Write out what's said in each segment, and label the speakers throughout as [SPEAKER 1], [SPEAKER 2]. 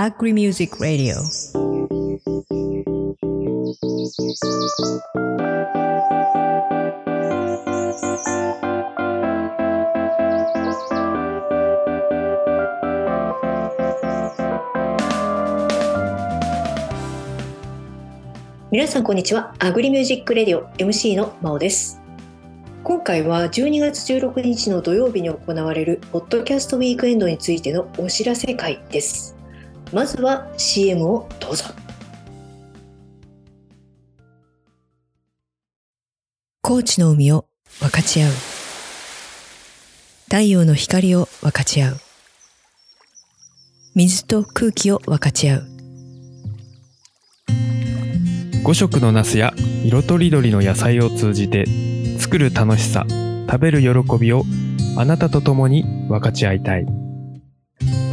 [SPEAKER 1] Agri-Music Radio
[SPEAKER 2] 皆さんこんにちはアグリミュージックレディオ MC のまおです今回は12月16日の土曜日に行われるポッドキャストウィークエンドについてのお知らせ会ですまずは CM をどうぞ
[SPEAKER 1] 高知の海を分かち合う太陽の光を分かち合う水と空気を分かち合う
[SPEAKER 3] 5色のナスや色とりどりの野菜を通じて作る楽しさ食べる喜びをあなたと共に分かち合いたい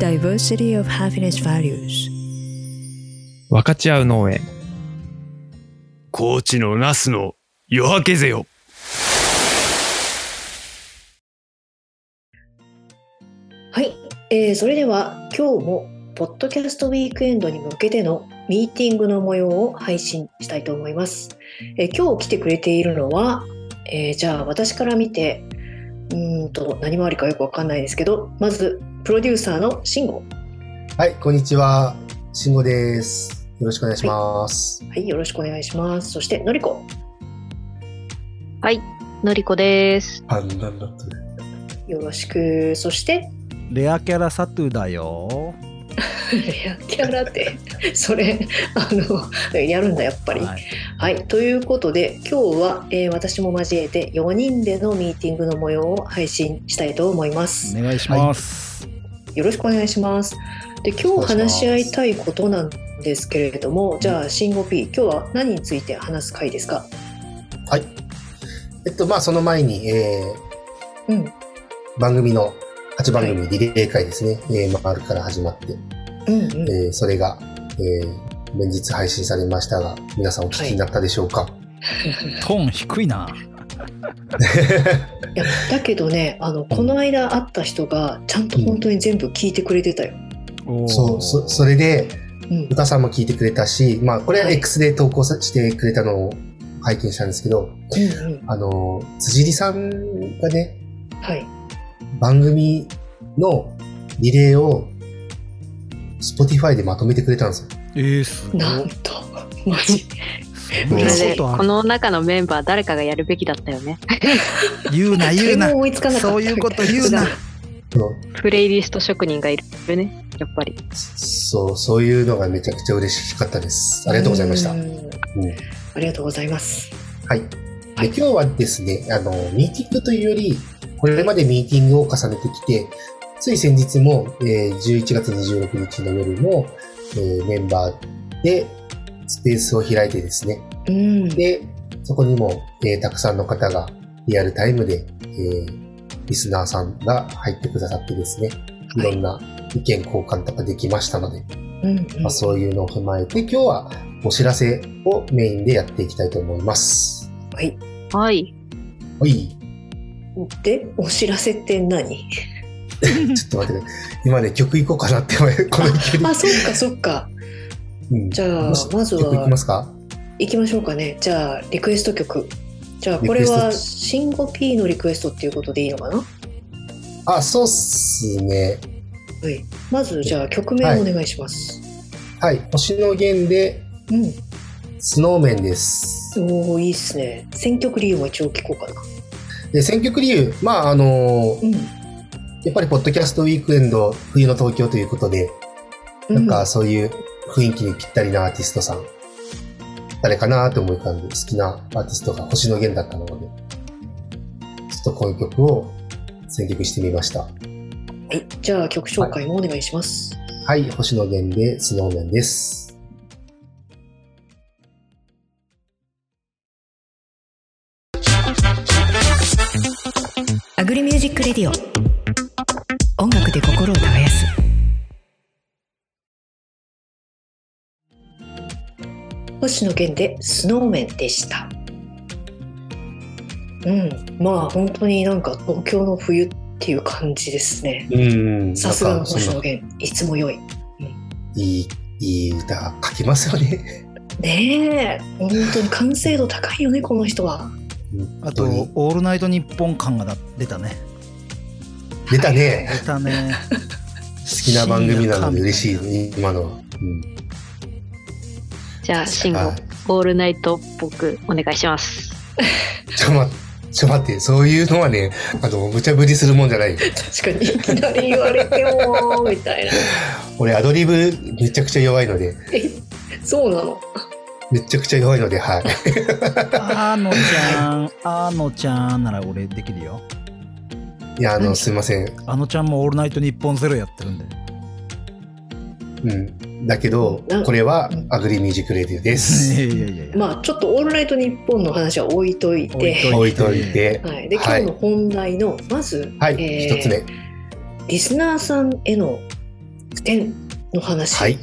[SPEAKER 1] Diversity of Happiness Values
[SPEAKER 3] 分かち合う農園
[SPEAKER 4] 高知のナスの夜明けぜよ
[SPEAKER 2] はい、えーそれでは今日もポッドキャストウィークエンドに向けてのミーティングの模様を配信したいと思います。えー今日来てくれているのは、えーじゃあ私から見てうーんと何回りかよくわかんないですけどまずプロデューサーの慎吾、
[SPEAKER 5] はい、こんにちは。慎吾です。よろしくお願いします。
[SPEAKER 2] はい、よろしくお願いしますそしてのりこ
[SPEAKER 6] はい、のりこです。
[SPEAKER 5] あんなんだっ
[SPEAKER 2] よろしくそして
[SPEAKER 7] レアキャラサトゥだよ。
[SPEAKER 2] レアキャラってそれあのやるんだやっぱり。
[SPEAKER 7] はい
[SPEAKER 2] はい、ということで今日は、えー私も交えて4人でのミーティングの模様を配信したいと思います。
[SPEAKER 7] お願いします。
[SPEAKER 2] よろしくお願いします。で今日話し合いたいことなんですけれども、じゃあ慎吾 P 今日は何について話す回ですか。
[SPEAKER 5] はい。えっと、まあ、その前に、え
[SPEAKER 2] うん、
[SPEAKER 5] ー、番組の8番組リレー会ですね。えー、まあ、るから始まって、
[SPEAKER 2] うん、うん。
[SPEAKER 5] えー、それが、えー、連日配信されましたが、皆さんお聞きになったでしょうか、
[SPEAKER 7] トーン低いな。
[SPEAKER 2] いやだけどね、あのこの間会った人がちゃんと本当に全部聞いてくれてたよ。
[SPEAKER 5] そう、そ、それで、
[SPEAKER 2] うん、
[SPEAKER 5] 歌さんも聞いてくれたし、まあ、これは
[SPEAKER 2] はい
[SPEAKER 5] X で投稿さしてくれたのを拝見したんですけ
[SPEAKER 2] う
[SPEAKER 5] ど、
[SPEAKER 2] ん、うん、
[SPEAKER 5] あの、辻里さんがね、
[SPEAKER 2] はい。
[SPEAKER 5] 番組のリレーを Spotify でまとめてくれたんですよ。
[SPEAKER 7] えー、すごい。
[SPEAKER 2] なんとマジ。
[SPEAKER 7] そ
[SPEAKER 6] こ
[SPEAKER 7] ん
[SPEAKER 6] れ
[SPEAKER 7] な
[SPEAKER 6] で、
[SPEAKER 7] ことあ
[SPEAKER 6] こ
[SPEAKER 7] る
[SPEAKER 6] の中のメンバー誰かがやるべきだったよね。
[SPEAKER 7] 言うな、言う
[SPEAKER 2] 誰
[SPEAKER 7] な
[SPEAKER 2] も。思いつかなかった
[SPEAKER 7] そういうこと言うな。
[SPEAKER 5] そう
[SPEAKER 6] プレイリスト職人がいるよね、やっぱり。
[SPEAKER 5] そう、そういうのがめちゃくちゃ嬉しかったです。ありがとうございました。
[SPEAKER 2] う
[SPEAKER 5] うん
[SPEAKER 2] ん
[SPEAKER 5] はい。
[SPEAKER 2] ありがとうございます。
[SPEAKER 5] で
[SPEAKER 2] はい
[SPEAKER 5] 今日はですね、あの、ミーティングというより、これまでミーティングを重ねてきて、つい先日も、えー11月26日の夜も、えーメンバーでスペースを開いてですね、
[SPEAKER 2] うん、
[SPEAKER 5] で、そこにも、えーたくさんの方がリアルタイムで、えーリスナーさんが入ってくださってですね、いろんな意見交換とかできましたので、
[SPEAKER 2] うんうん
[SPEAKER 5] まあ、そういうのを踏まえて、今日はお知らせをメインでやっていきたいと思います。
[SPEAKER 2] はい。
[SPEAKER 6] はい。
[SPEAKER 5] おい、
[SPEAKER 2] で、お知らせって何
[SPEAKER 5] ちょっと待ってね。今ね、曲いこうかなって、この 勢いで
[SPEAKER 2] あ、そっかそっか。
[SPEAKER 5] うん
[SPEAKER 2] じゃあ
[SPEAKER 5] もし、
[SPEAKER 2] まず
[SPEAKER 5] 曲いき
[SPEAKER 2] は
[SPEAKER 5] ますか
[SPEAKER 2] 行きましょうかね。じゃあ、リクエスト曲。じゃあ、これ
[SPEAKER 5] リクエ
[SPEAKER 2] は、
[SPEAKER 5] ス
[SPEAKER 2] 慎吾 P のリクエストっていうことでいいのかなは
[SPEAKER 5] あ、そうっすね。
[SPEAKER 2] い。まず、じゃあ、曲名をお願いします。
[SPEAKER 5] はい。星野源で、スノーメンです。
[SPEAKER 2] うん。おおいいっすね。選曲理由も一応聞こうかな。
[SPEAKER 5] で、選曲理由、まあ、あのー
[SPEAKER 2] うん。
[SPEAKER 5] やっぱりポッドキャストウィークエンド冬の東京ということで、なんかそういう雰囲気にぴったりなアーティストさん、誰かなと思い浮かんで好きなアーティストが星野源だったので、ちょっとこの曲を選曲してみました。
[SPEAKER 2] うんはい。じゃあ、曲紹介もお願いします。
[SPEAKER 5] はい、星野源でスノーメンです。
[SPEAKER 1] Agri-Music Radio 音楽で心を耕す
[SPEAKER 2] 星野源でスノーメンでした。うん、まあ本当になんか東京の冬っていう感じですね。
[SPEAKER 5] うん
[SPEAKER 2] さすが
[SPEAKER 5] な
[SPEAKER 2] の
[SPEAKER 5] んかそん
[SPEAKER 2] 星
[SPEAKER 5] な
[SPEAKER 2] 野源、いつも良い。
[SPEAKER 5] いい、いい歌書きますよね。
[SPEAKER 2] ねえ本当に完成度高いよねこの人は
[SPEAKER 7] あ
[SPEAKER 5] 本
[SPEAKER 7] と
[SPEAKER 5] 当に、
[SPEAKER 7] オールナイトニッポン感がな出たね。
[SPEAKER 5] 出たね。
[SPEAKER 7] 出たね。
[SPEAKER 5] 好きな番組なので嬉しい
[SPEAKER 7] 深夜感み
[SPEAKER 5] ね、今のは。うん
[SPEAKER 6] じゃあ、慎吾
[SPEAKER 5] は、
[SPEAKER 6] オールナイトっぽくお願いします。
[SPEAKER 5] い。ちょ、ま、ちょ、待って、そういうのはね、あの、無茶ぶりするもんじゃないよ。
[SPEAKER 2] 確かにいきなり言われてもみたいな
[SPEAKER 5] 俺、アドリブめちゃくちゃ弱いので、
[SPEAKER 2] えそうなの
[SPEAKER 5] めちゃくちゃ弱いので、はい。
[SPEAKER 7] たいなあのちゃん、あのちゃんなら俺できるよ。
[SPEAKER 5] いや、あの、
[SPEAKER 2] 何
[SPEAKER 5] すいません。
[SPEAKER 7] あのちゃんもオールナイトニッポンゼロやってるんで。
[SPEAKER 5] うん。だけど
[SPEAKER 2] うん、
[SPEAKER 5] これは
[SPEAKER 2] うん
[SPEAKER 5] アグリミュージックレディオで
[SPEAKER 7] い
[SPEAKER 5] す。
[SPEAKER 7] やいやいやいや。
[SPEAKER 2] まあちょっと「オールナイトニッポン」の話は置いといて
[SPEAKER 7] 置いと
[SPEAKER 5] 置いといて。
[SPEAKER 2] はい、で今
[SPEAKER 5] はい
[SPEAKER 2] 日の本題の、まず、
[SPEAKER 5] はい、
[SPEAKER 2] えー
[SPEAKER 5] 一つ目。
[SPEAKER 2] リスナーさんへの視点の話
[SPEAKER 5] はい。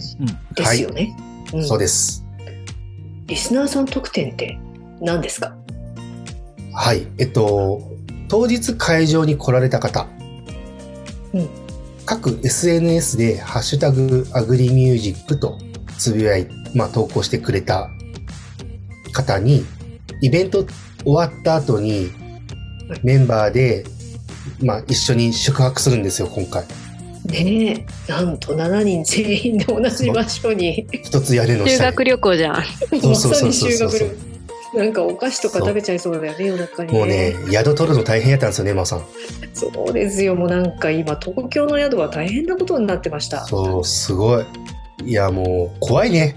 [SPEAKER 2] で
[SPEAKER 5] はい
[SPEAKER 2] すよね、うん
[SPEAKER 5] そうです。
[SPEAKER 2] リスナーさん特典って何ですか
[SPEAKER 5] はい。えっと、当日会場に来られた方、
[SPEAKER 2] うん
[SPEAKER 5] 各 SNS でハッシュタグアグリミュージックとつぶやい、まあ投稿してくれた方に、イベント終わった後に
[SPEAKER 2] はい
[SPEAKER 5] メンバーで、まあ一緒に宿泊するんですよ、今回。
[SPEAKER 2] ねえなんと7人全員で同じ場所に
[SPEAKER 5] 一つ屋根の
[SPEAKER 6] 修
[SPEAKER 5] 下に
[SPEAKER 6] 学旅行じゃん。
[SPEAKER 5] そ
[SPEAKER 2] ま
[SPEAKER 5] うそう
[SPEAKER 2] さ
[SPEAKER 5] そう
[SPEAKER 2] に
[SPEAKER 5] そう
[SPEAKER 2] 修
[SPEAKER 5] そう
[SPEAKER 2] 学旅行なんかお菓子とか食べちゃいそうだよね夜中に
[SPEAKER 5] もうね、宿取るの大変やったんですよね、マオさん。
[SPEAKER 2] そうですよもうなんか今東京の宿は大変なことになってました
[SPEAKER 5] そう、すごい。いや、もう、怖 いね。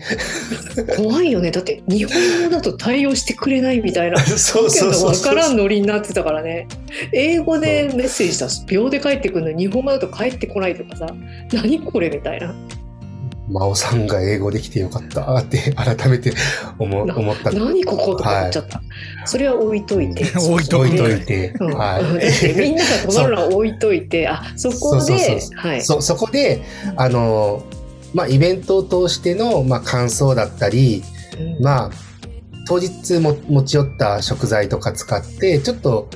[SPEAKER 2] 怖いよねだって日本語だと対応してくれないみたいな
[SPEAKER 5] そうそうそう
[SPEAKER 2] 分
[SPEAKER 5] そ
[SPEAKER 2] か
[SPEAKER 5] う。
[SPEAKER 2] らんノリになってたからね英語でメッセージ出す秒で帰ってくるのに日本語だと帰ってこないとかさ何これみたいな
[SPEAKER 5] 真央さんが英語できてよかったって改めて思う
[SPEAKER 2] な
[SPEAKER 5] 思った。
[SPEAKER 2] 何こことか思っちゃった、それは置いといて、
[SPEAKER 7] うん置いと
[SPEAKER 5] 置
[SPEAKER 7] く
[SPEAKER 5] いといて。
[SPEAKER 2] うん
[SPEAKER 5] は
[SPEAKER 2] だってみんなが困るのは置いといてあそこで
[SPEAKER 5] そうそうそ。
[SPEAKER 2] はいい
[SPEAKER 5] そ、そこで、あの、まあ、イベントを通しての、まあ、感想だったり、
[SPEAKER 2] うん
[SPEAKER 5] まあ、当日も持ち寄った食材とか使って、ちょっと、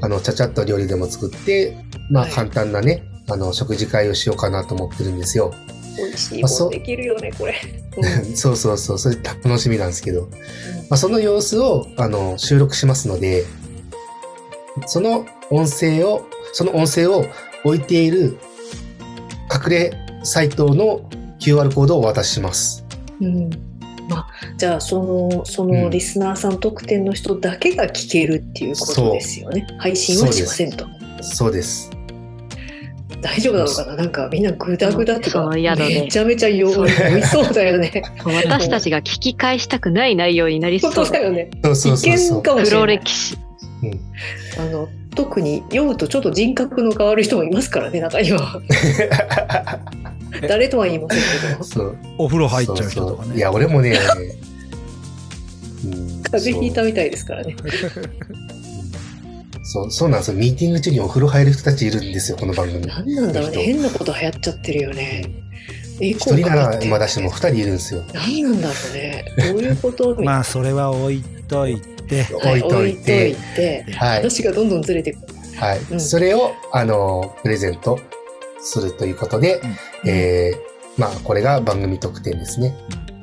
[SPEAKER 5] あの、ちゃちゃっと料理でも作って、まあ、
[SPEAKER 2] はい
[SPEAKER 5] 簡単なね、あの、食事会をしようかなと思ってるんですよ。
[SPEAKER 2] 美味しい
[SPEAKER 5] まあ
[SPEAKER 2] も
[SPEAKER 5] そ
[SPEAKER 2] ん
[SPEAKER 5] う
[SPEAKER 2] できるよねこれ、 うん
[SPEAKER 5] そうそうそう、それ楽しみなんですけど、まあ、その様子をあの収録しますので、その音声を、その音声を置いている隠れサイトの QR コードをお渡しします。
[SPEAKER 2] うんまあ、じゃあそのそのリスナーさん特典の人だけが聞けるっていうことですよね、配信はしませんと
[SPEAKER 5] そうです。
[SPEAKER 2] 大丈夫なのかななんかみんなグダグダと
[SPEAKER 6] そ
[SPEAKER 2] か
[SPEAKER 6] の宿で
[SPEAKER 2] めちゃめちゃ弱い酔いそうだよ ね
[SPEAKER 6] 私たちが聞き返したくない内容になりそ
[SPEAKER 2] 本
[SPEAKER 6] う。
[SPEAKER 2] 当だよね
[SPEAKER 5] そうそう
[SPEAKER 2] 危
[SPEAKER 5] そうそ
[SPEAKER 2] 険
[SPEAKER 5] う。
[SPEAKER 2] かもしれ
[SPEAKER 6] 黒
[SPEAKER 2] ない
[SPEAKER 6] 歴史。
[SPEAKER 5] うん
[SPEAKER 2] あの特に酔うとちょっと人格の変わる人もいますからね中に は誰とは言いませんけ ど
[SPEAKER 5] そう
[SPEAKER 7] お風呂入っちゃう人とか
[SPEAKER 5] そうそう
[SPEAKER 7] ね。
[SPEAKER 5] いや、俺もね、うん
[SPEAKER 2] 風邪ひいたみたいですからね
[SPEAKER 5] そうそうなんですよ。ミーティング中にお風呂入る人たちいるんですよ、この番組。
[SPEAKER 2] 何なんだろうね
[SPEAKER 5] 人
[SPEAKER 2] 変なこと流行っちゃってるよね一
[SPEAKER 5] 一人ならまだしても二人いるんですよ。
[SPEAKER 2] 何なんだろうねどういう ことみたい
[SPEAKER 7] ま
[SPEAKER 2] な
[SPEAKER 7] あそれは置いといて。
[SPEAKER 5] 置いとい
[SPEAKER 2] はい置い
[SPEAKER 5] て
[SPEAKER 2] といて
[SPEAKER 5] はい。
[SPEAKER 2] 話がどんどんずれてくる
[SPEAKER 5] はい、
[SPEAKER 2] うん
[SPEAKER 5] それを、あの、プレゼントするということで、えーまあ、これが番組特典ですね。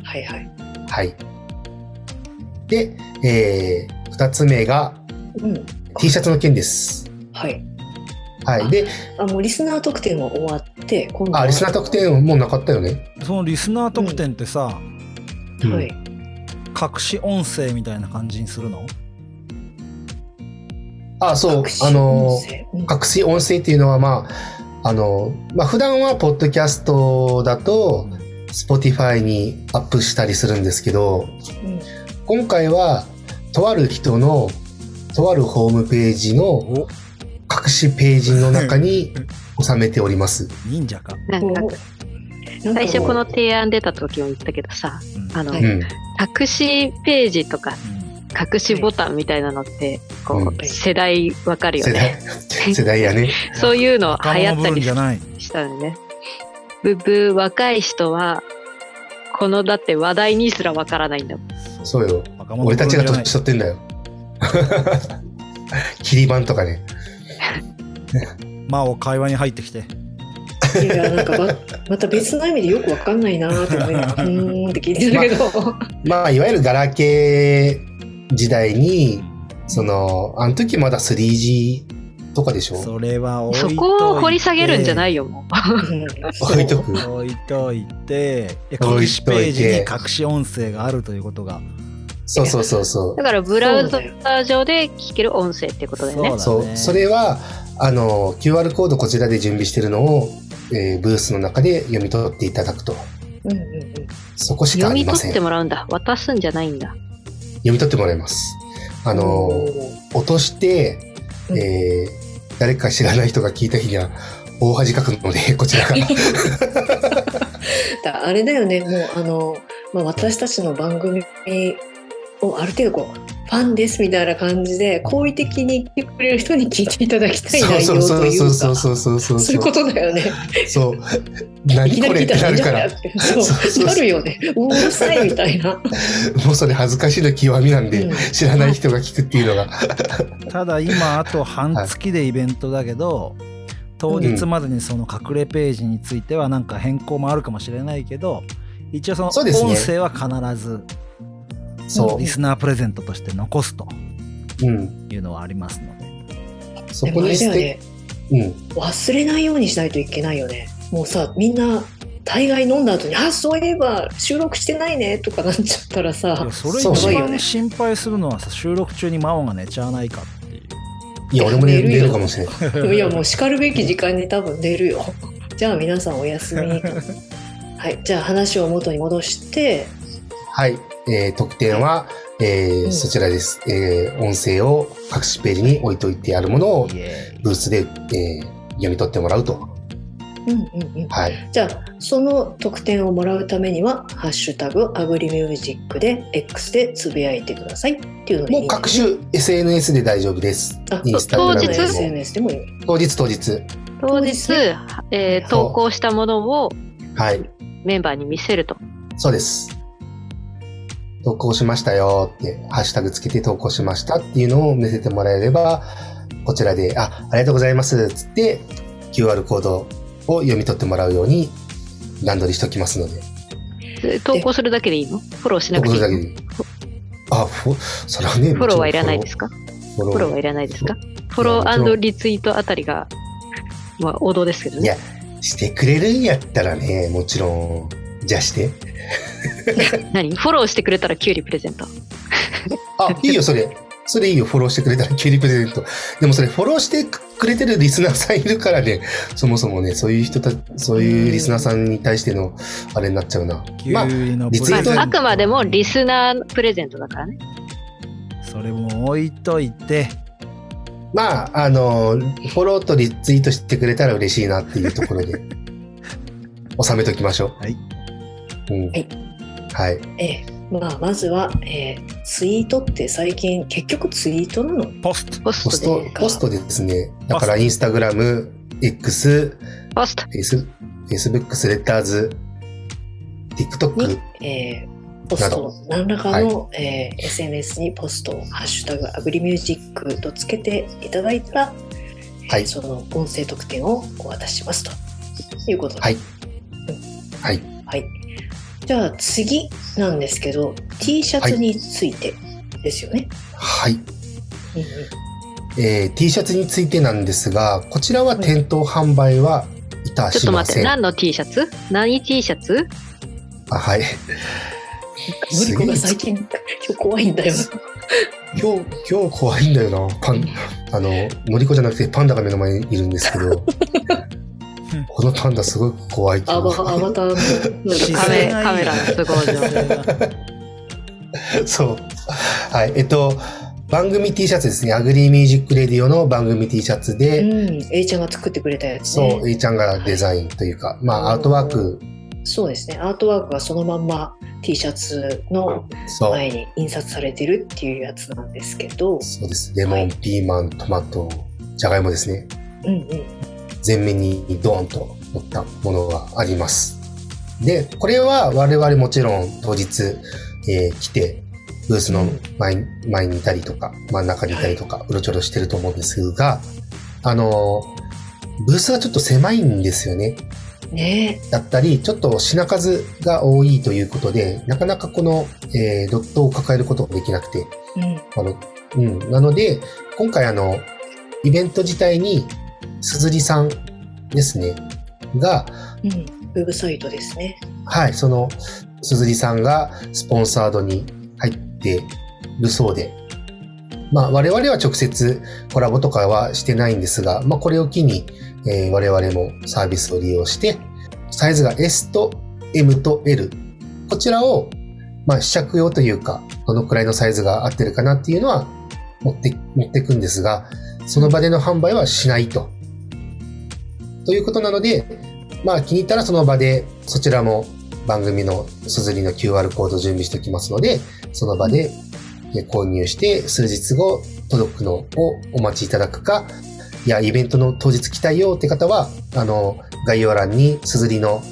[SPEAKER 2] はいはい
[SPEAKER 5] はい。で、えー、二つ目が
[SPEAKER 2] うん
[SPEAKER 5] T シャツの件です。
[SPEAKER 2] はい
[SPEAKER 5] はい。で、
[SPEAKER 2] あもうリスナー特典は終わって今は
[SPEAKER 5] あ、リスナー特典もうなかったよね。
[SPEAKER 7] そのリスナー特典ってさ、
[SPEAKER 2] はい
[SPEAKER 7] 隠し音声みたいな感じにするの
[SPEAKER 5] あ、そう
[SPEAKER 2] 隠、し
[SPEAKER 5] あの
[SPEAKER 2] 音、声うん
[SPEAKER 5] 隠し音声っていうのは、まあ、あの、まあ、普段は、ポッドキャストだと、Spotify にアップしたりするんですけど、
[SPEAKER 2] うん
[SPEAKER 5] 今回は、とある人の、とあるホームページの
[SPEAKER 7] お
[SPEAKER 5] 隠しページの中に収めております。
[SPEAKER 7] 忍者か。
[SPEAKER 6] なんか
[SPEAKER 2] もうなんか
[SPEAKER 6] 最初
[SPEAKER 2] もう
[SPEAKER 6] この提案出た時も言ったけどさ、
[SPEAKER 7] うん
[SPEAKER 6] あの、
[SPEAKER 2] は
[SPEAKER 5] う
[SPEAKER 2] い
[SPEAKER 5] ん。
[SPEAKER 6] 隠しページとか
[SPEAKER 7] うん
[SPEAKER 6] 隠しボタンみたいなのって、こ
[SPEAKER 5] う
[SPEAKER 6] う、
[SPEAKER 2] ん
[SPEAKER 6] 世代わかるよ
[SPEAKER 5] 世
[SPEAKER 6] ね。
[SPEAKER 5] 代、世代やね。
[SPEAKER 6] そういうの
[SPEAKER 7] 若
[SPEAKER 6] 流行っ
[SPEAKER 7] 者部
[SPEAKER 6] た
[SPEAKER 7] 分
[SPEAKER 6] り
[SPEAKER 7] じゃない。
[SPEAKER 6] したよね。ブブー若い人は、このだって話題にすらわからないんだもん。
[SPEAKER 5] そうよ。
[SPEAKER 7] 若者
[SPEAKER 5] 俺
[SPEAKER 7] 部
[SPEAKER 5] た
[SPEAKER 7] 分
[SPEAKER 5] ち
[SPEAKER 7] じゃ
[SPEAKER 5] が
[SPEAKER 7] ない
[SPEAKER 5] 年取ってんだよ。 切り板とかね。
[SPEAKER 7] まあお会話に入ってきて。
[SPEAKER 2] いやなんかばまた別の意味でよくわかんないなーって思いながら うーんって聞いてたけど、
[SPEAKER 5] まあ、いわゆるガラケー時代に、その、あの時まだ 3G とかでしょ
[SPEAKER 7] それは置い
[SPEAKER 6] そ
[SPEAKER 7] といて
[SPEAKER 6] こを掘り下げるんじゃないよ、もう。
[SPEAKER 5] 置いとく。
[SPEAKER 7] 置いといていや
[SPEAKER 5] 置
[SPEAKER 7] 隠
[SPEAKER 5] い
[SPEAKER 7] し
[SPEAKER 5] といて
[SPEAKER 7] ページに隠し音声があるということが
[SPEAKER 5] そうそうそうそ
[SPEAKER 6] だからブラウザー上で聞ける音声ってことだよね
[SPEAKER 5] う。。そう、それは、あの、QR コードこちらで準備してるのを、えーブースの中で読み取っていただくと。
[SPEAKER 2] うんうんうんうん
[SPEAKER 5] そこしかあ
[SPEAKER 6] 読
[SPEAKER 5] り
[SPEAKER 6] み
[SPEAKER 5] ま
[SPEAKER 6] 取
[SPEAKER 5] せん。
[SPEAKER 6] って
[SPEAKER 5] 読
[SPEAKER 6] もらうんだ。渡すんじゃないんだ。
[SPEAKER 5] み取ってもらいます。あの、落として、
[SPEAKER 2] うん
[SPEAKER 5] えー誰か知らない人が聞いた日には、大恥かくので、 こちらが。
[SPEAKER 2] だあれだよねもうあの、まあ、私たちの番組をある程度こうファンですみたいな感じで好意的に聞いてくれる人に聞いていただきたい
[SPEAKER 5] そう
[SPEAKER 2] 内
[SPEAKER 5] そ
[SPEAKER 2] 容
[SPEAKER 5] う
[SPEAKER 2] と
[SPEAKER 5] そ
[SPEAKER 2] い
[SPEAKER 5] うそうう
[SPEAKER 2] か
[SPEAKER 5] そうそうそうそう。
[SPEAKER 2] そういうことだよね。
[SPEAKER 5] そう。
[SPEAKER 2] いき
[SPEAKER 5] 何
[SPEAKER 2] な
[SPEAKER 5] こ
[SPEAKER 2] り聞
[SPEAKER 5] れっ
[SPEAKER 2] いたら
[SPEAKER 5] てなる
[SPEAKER 2] じ
[SPEAKER 5] か
[SPEAKER 2] ゃあ
[SPEAKER 5] ら。
[SPEAKER 2] ってそう
[SPEAKER 5] そうそうそう
[SPEAKER 2] なるよね。うるさいみたいな。
[SPEAKER 5] もうそれ恥ずかしいの極みなんで、
[SPEAKER 2] うん
[SPEAKER 5] 知らない人が聞くっていうのが。
[SPEAKER 7] ただ今あと半月でイベントだけど、当日までにその隠れページについてはなんか変更もあるかもしれないけど一応その
[SPEAKER 5] そうですね
[SPEAKER 7] 音声は必ず
[SPEAKER 5] そ
[SPEAKER 7] リスナープレゼントとして残すと
[SPEAKER 5] う。うん。
[SPEAKER 7] いうのはありますので
[SPEAKER 5] そ
[SPEAKER 2] で
[SPEAKER 5] こ
[SPEAKER 2] もあ
[SPEAKER 5] に
[SPEAKER 2] れだ
[SPEAKER 5] し
[SPEAKER 2] よ
[SPEAKER 5] て
[SPEAKER 2] ね。。
[SPEAKER 5] うん。
[SPEAKER 2] 忘れないようにしないといけないよね。もうさみんな大概飲んだ後に「あそういえば収録してないね」とかなっちゃったら
[SPEAKER 7] い
[SPEAKER 2] さ
[SPEAKER 7] やそれ
[SPEAKER 5] そう
[SPEAKER 7] 一
[SPEAKER 5] そう
[SPEAKER 7] 番心配するのはさ収録中に魔王が寝ちゃわないかっていう
[SPEAKER 5] いや、俺も寝る
[SPEAKER 2] 寝るよ
[SPEAKER 5] 寝るかもしれない。
[SPEAKER 2] いやもうしかるべき時間に多分寝るよ。じゃあ皆さんおや すみ。はい、じゃあ話を元に戻して、
[SPEAKER 5] はい。えー、特典は、えー
[SPEAKER 2] うん
[SPEAKER 5] そちらです。えー、音声を隠しページに置いといてあるものを
[SPEAKER 7] イエーイ
[SPEAKER 5] ブースで、えー読み取ってもらうと。
[SPEAKER 2] うんうんうん、
[SPEAKER 5] はい。
[SPEAKER 2] じゃあその得点をもらうためには「ハッシュタグアグリミュージック」で X でつぶやいてくださいっていうのに
[SPEAKER 5] もう各種 SNS で大丈夫です。
[SPEAKER 2] あ
[SPEAKER 5] インスタグラム
[SPEAKER 6] 当
[SPEAKER 5] で
[SPEAKER 6] 日
[SPEAKER 5] も。
[SPEAKER 2] SNS でもいい。
[SPEAKER 5] 当日当日。
[SPEAKER 6] 当日、えー投稿したものを
[SPEAKER 5] はい。
[SPEAKER 6] メンバーに見せると。
[SPEAKER 5] そうです。投稿しましたよって、ハッシュタグつけて投稿しましたっていうのを見せてもらえれば、こちらで、あ、ありがとうございますっつって、QR コードを読み取ってもらうように段取りしておきますので、
[SPEAKER 6] 投稿するだけでいいのフォローしな
[SPEAKER 5] 投
[SPEAKER 6] く
[SPEAKER 5] 稿
[SPEAKER 6] て
[SPEAKER 5] す
[SPEAKER 6] いい
[SPEAKER 5] るだけ
[SPEAKER 6] の
[SPEAKER 5] で。あ、フォ、それはね、
[SPEAKER 6] フォローはいらないです
[SPEAKER 5] か
[SPEAKER 6] か
[SPEAKER 5] フォ
[SPEAKER 6] フォロ
[SPEAKER 5] ロ
[SPEAKER 6] ー
[SPEAKER 5] ー
[SPEAKER 6] はいらないですかフ
[SPEAKER 5] フ
[SPEAKER 6] ォ
[SPEAKER 5] ォ
[SPEAKER 6] ロ
[SPEAKER 5] ロー
[SPEAKER 6] ーリツイートあたりが、まあ、王道ですけど
[SPEAKER 5] い
[SPEAKER 6] ね。
[SPEAKER 5] やしてくれるんやったらね、もちろん、じゃあして。
[SPEAKER 6] 何フォローしてくれたらキュウリプレゼント。
[SPEAKER 5] あ、いいよ、それ。それいいよ、フォローしてくれたら急にプレゼント。でもそれ、フォローしてくれてるリスナーさんいるからね、そもそもね、そういう人た、そういうリスナーさんに対しての、あれになっちゃうな。まあ、
[SPEAKER 7] 急の
[SPEAKER 5] リツイ
[SPEAKER 6] ま
[SPEAKER 5] ート
[SPEAKER 6] あ、あくまでもリスナープレゼントだからね。
[SPEAKER 7] それも置いといて
[SPEAKER 5] まあ、あの、フォローとリツイートしてくれたら嬉しいなっていうところ で、収めときましょう。
[SPEAKER 7] はい。
[SPEAKER 5] うん。
[SPEAKER 2] はい
[SPEAKER 5] はい。
[SPEAKER 2] ええまあ、まずは、えーツイートって最近結局ツイートなの
[SPEAKER 7] ポスト
[SPEAKER 6] ポス
[SPEAKER 5] ポスト
[SPEAKER 6] トで。、
[SPEAKER 5] ポストですね。だから、インスタグラム、X、
[SPEAKER 6] ポスト。
[SPEAKER 5] フェイス、フェイスブック、スレッターズ、TikTok
[SPEAKER 2] に。、えーポストを何らかの、えー SNS にポストを「ハッシュタグアグリミュージック」とつけていただいたら、えー
[SPEAKER 5] はい
[SPEAKER 2] その音声特典をお渡ししますということで
[SPEAKER 5] はい。はい。
[SPEAKER 2] はいじゃあ次なんですけど T シャツについてですよね。
[SPEAKER 5] はい。
[SPEAKER 2] うんうん
[SPEAKER 5] えー T シャツについてなんですが、こちらは店頭販売はいた
[SPEAKER 6] ちょっ
[SPEAKER 5] し
[SPEAKER 6] と
[SPEAKER 5] ま
[SPEAKER 6] 待
[SPEAKER 5] せ
[SPEAKER 6] って、
[SPEAKER 5] ん。
[SPEAKER 6] 何の T シャツ何 T シャツ
[SPEAKER 5] あはい。
[SPEAKER 2] 無理
[SPEAKER 5] すげ
[SPEAKER 2] こ
[SPEAKER 5] え
[SPEAKER 2] が最近 怖いんだよ。
[SPEAKER 5] 今日、今日怖いんだよな。パン、あの、のりこじゃなくてパンダが目の前にいるんですけど、このパンダすごく怖いけ
[SPEAKER 2] アバア
[SPEAKER 5] ど。
[SPEAKER 2] バターのなんか
[SPEAKER 6] カ
[SPEAKER 7] 姿
[SPEAKER 6] メ
[SPEAKER 7] 勢がいい
[SPEAKER 6] カメラの都合上。
[SPEAKER 5] そう。はい。えっと、番組 T シャツですね。アグリーミュージックレディオの番組 T シャツで、
[SPEAKER 2] うん、A ちゃんが作ってくれたやつ、ね、
[SPEAKER 5] そう、A ちゃんがデザインというか、まあ、アートワーク、
[SPEAKER 2] そうですねアートワークがそのまんま T シャツの
[SPEAKER 5] そう。
[SPEAKER 2] 前に印刷されてるっていうやつなんですけど、
[SPEAKER 5] そうです。レモン、ピーマン、トマト、じゃがいもですね。
[SPEAKER 2] うんうん、
[SPEAKER 5] 全面にドーンと乗ったものがあります。で、これは我々もちろん当日、えー来て、ブースの前に前にいたりとか、真ん中にいたりとか、うろちょろしてると思うんですが、あのー、ブースがちょっと狭いんですよね。
[SPEAKER 2] ね
[SPEAKER 5] だったり、ちょっと品数が多いということで、なかなかこの、えードットを抱えることができなくて、
[SPEAKER 2] え。うん。
[SPEAKER 5] あの、うん。なので、今回あの、イベント自体に、鈴木さんですね、が、
[SPEAKER 2] うん。ウェブサイトですね。
[SPEAKER 5] はい、その、鈴木さんがスポンサードに入ってるそうで、まあ、我々は直接コラボとかはしてないんですが、まあ、これを機に、えー我々もサービスを利用して、サイズが S と M と L。こちらを、まあ、試着用というか、どのくらいのサイズが合ってるかなっていうのは、持って、持っていくんですが、その場での販売はしないと。ということなので、まあ、気に入ったらその場で、そちらも番組のすずりの QR コード準備しておきますので、その場でえー購入して、数日後届くのをお待ちいただくか、いや、イベントの当日来たいよって方は、あの、概要欄にすずりの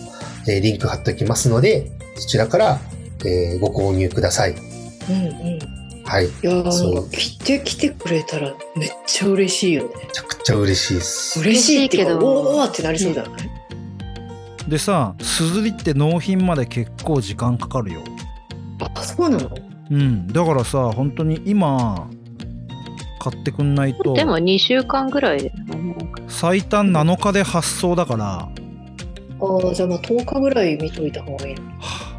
[SPEAKER 5] えーリンク貼っておきますので、そちらから、えーご購入ください。
[SPEAKER 2] うんうん。い
[SPEAKER 5] はい。め
[SPEAKER 2] やー
[SPEAKER 5] そう
[SPEAKER 2] なんか来て来てくれたらめっちゃ嬉しいよね。
[SPEAKER 5] ちゃくちゃ嬉しいです。
[SPEAKER 2] 嬉しいっていうか
[SPEAKER 6] 嬉しいけど
[SPEAKER 2] おーおーってなりそうだよね。
[SPEAKER 7] でさすずりって納品まで結構時間かかるよ
[SPEAKER 2] あそうなの？
[SPEAKER 7] うんだからさ本当に今買ってくんないと
[SPEAKER 6] でも2週間ぐらいで
[SPEAKER 7] 最短7日で発送だから、は
[SPEAKER 2] ああじゃあまあ10日ぐらい見といた方がいいの。
[SPEAKER 7] あ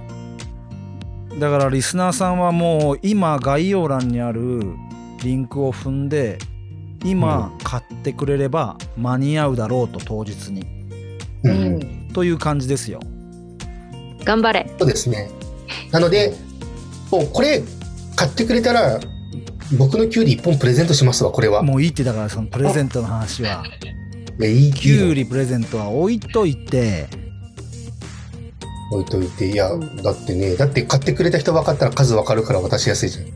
[SPEAKER 7] だからリスナーさんはもう今概要欄にあるリンクを踏んで今買ってくれれば間に合うだろうと当日に
[SPEAKER 5] う
[SPEAKER 2] うんん。
[SPEAKER 7] という感じですよ
[SPEAKER 6] 頑張れ
[SPEAKER 5] そうですね。なので、もうこれ、買ってくれたら、僕のキュウリ1本プレゼントしますわ、これは。
[SPEAKER 7] もういいってだからそのプレゼントの話は。
[SPEAKER 5] いやいい
[SPEAKER 7] キュウ
[SPEAKER 5] リ
[SPEAKER 7] リプレゼントは置いといて
[SPEAKER 5] 置いといて、いや、
[SPEAKER 2] うん
[SPEAKER 5] だってね、だって買ってくれた人分かったら数分かるから渡しやすいじゃん。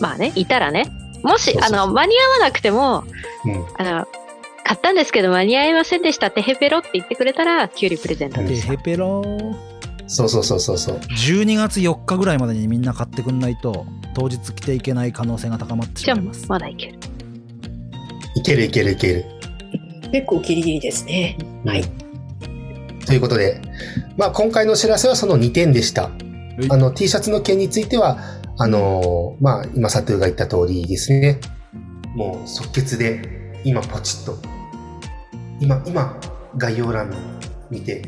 [SPEAKER 6] まあねいたらねもし
[SPEAKER 5] そうそうそう
[SPEAKER 6] あの間に合わなくても
[SPEAKER 5] うん。
[SPEAKER 6] あの買ったんですけど間に合いませんでしたテヘペロって言ってくれたらキュウリプレゼント
[SPEAKER 5] うん
[SPEAKER 6] で
[SPEAKER 7] で
[SPEAKER 6] した
[SPEAKER 7] ヘペロ
[SPEAKER 5] そうそうそうそうそう。
[SPEAKER 7] 12月4日ぐらいまでにみんな買ってくんないと当日着ていけない可能性が高まってし
[SPEAKER 6] じゃ
[SPEAKER 7] ま
[SPEAKER 6] あ
[SPEAKER 7] います
[SPEAKER 6] まだいける
[SPEAKER 5] いけるいけるいける。
[SPEAKER 2] 結構ギリギリですね。はい
[SPEAKER 5] うん。ということで、まあ今回のお知らせはその2点でした。
[SPEAKER 7] い
[SPEAKER 5] あの T シャツの件については、あのーまあ今佐藤が言った通りですね。もう即決で、今ポチッと。今、今、概要欄見て、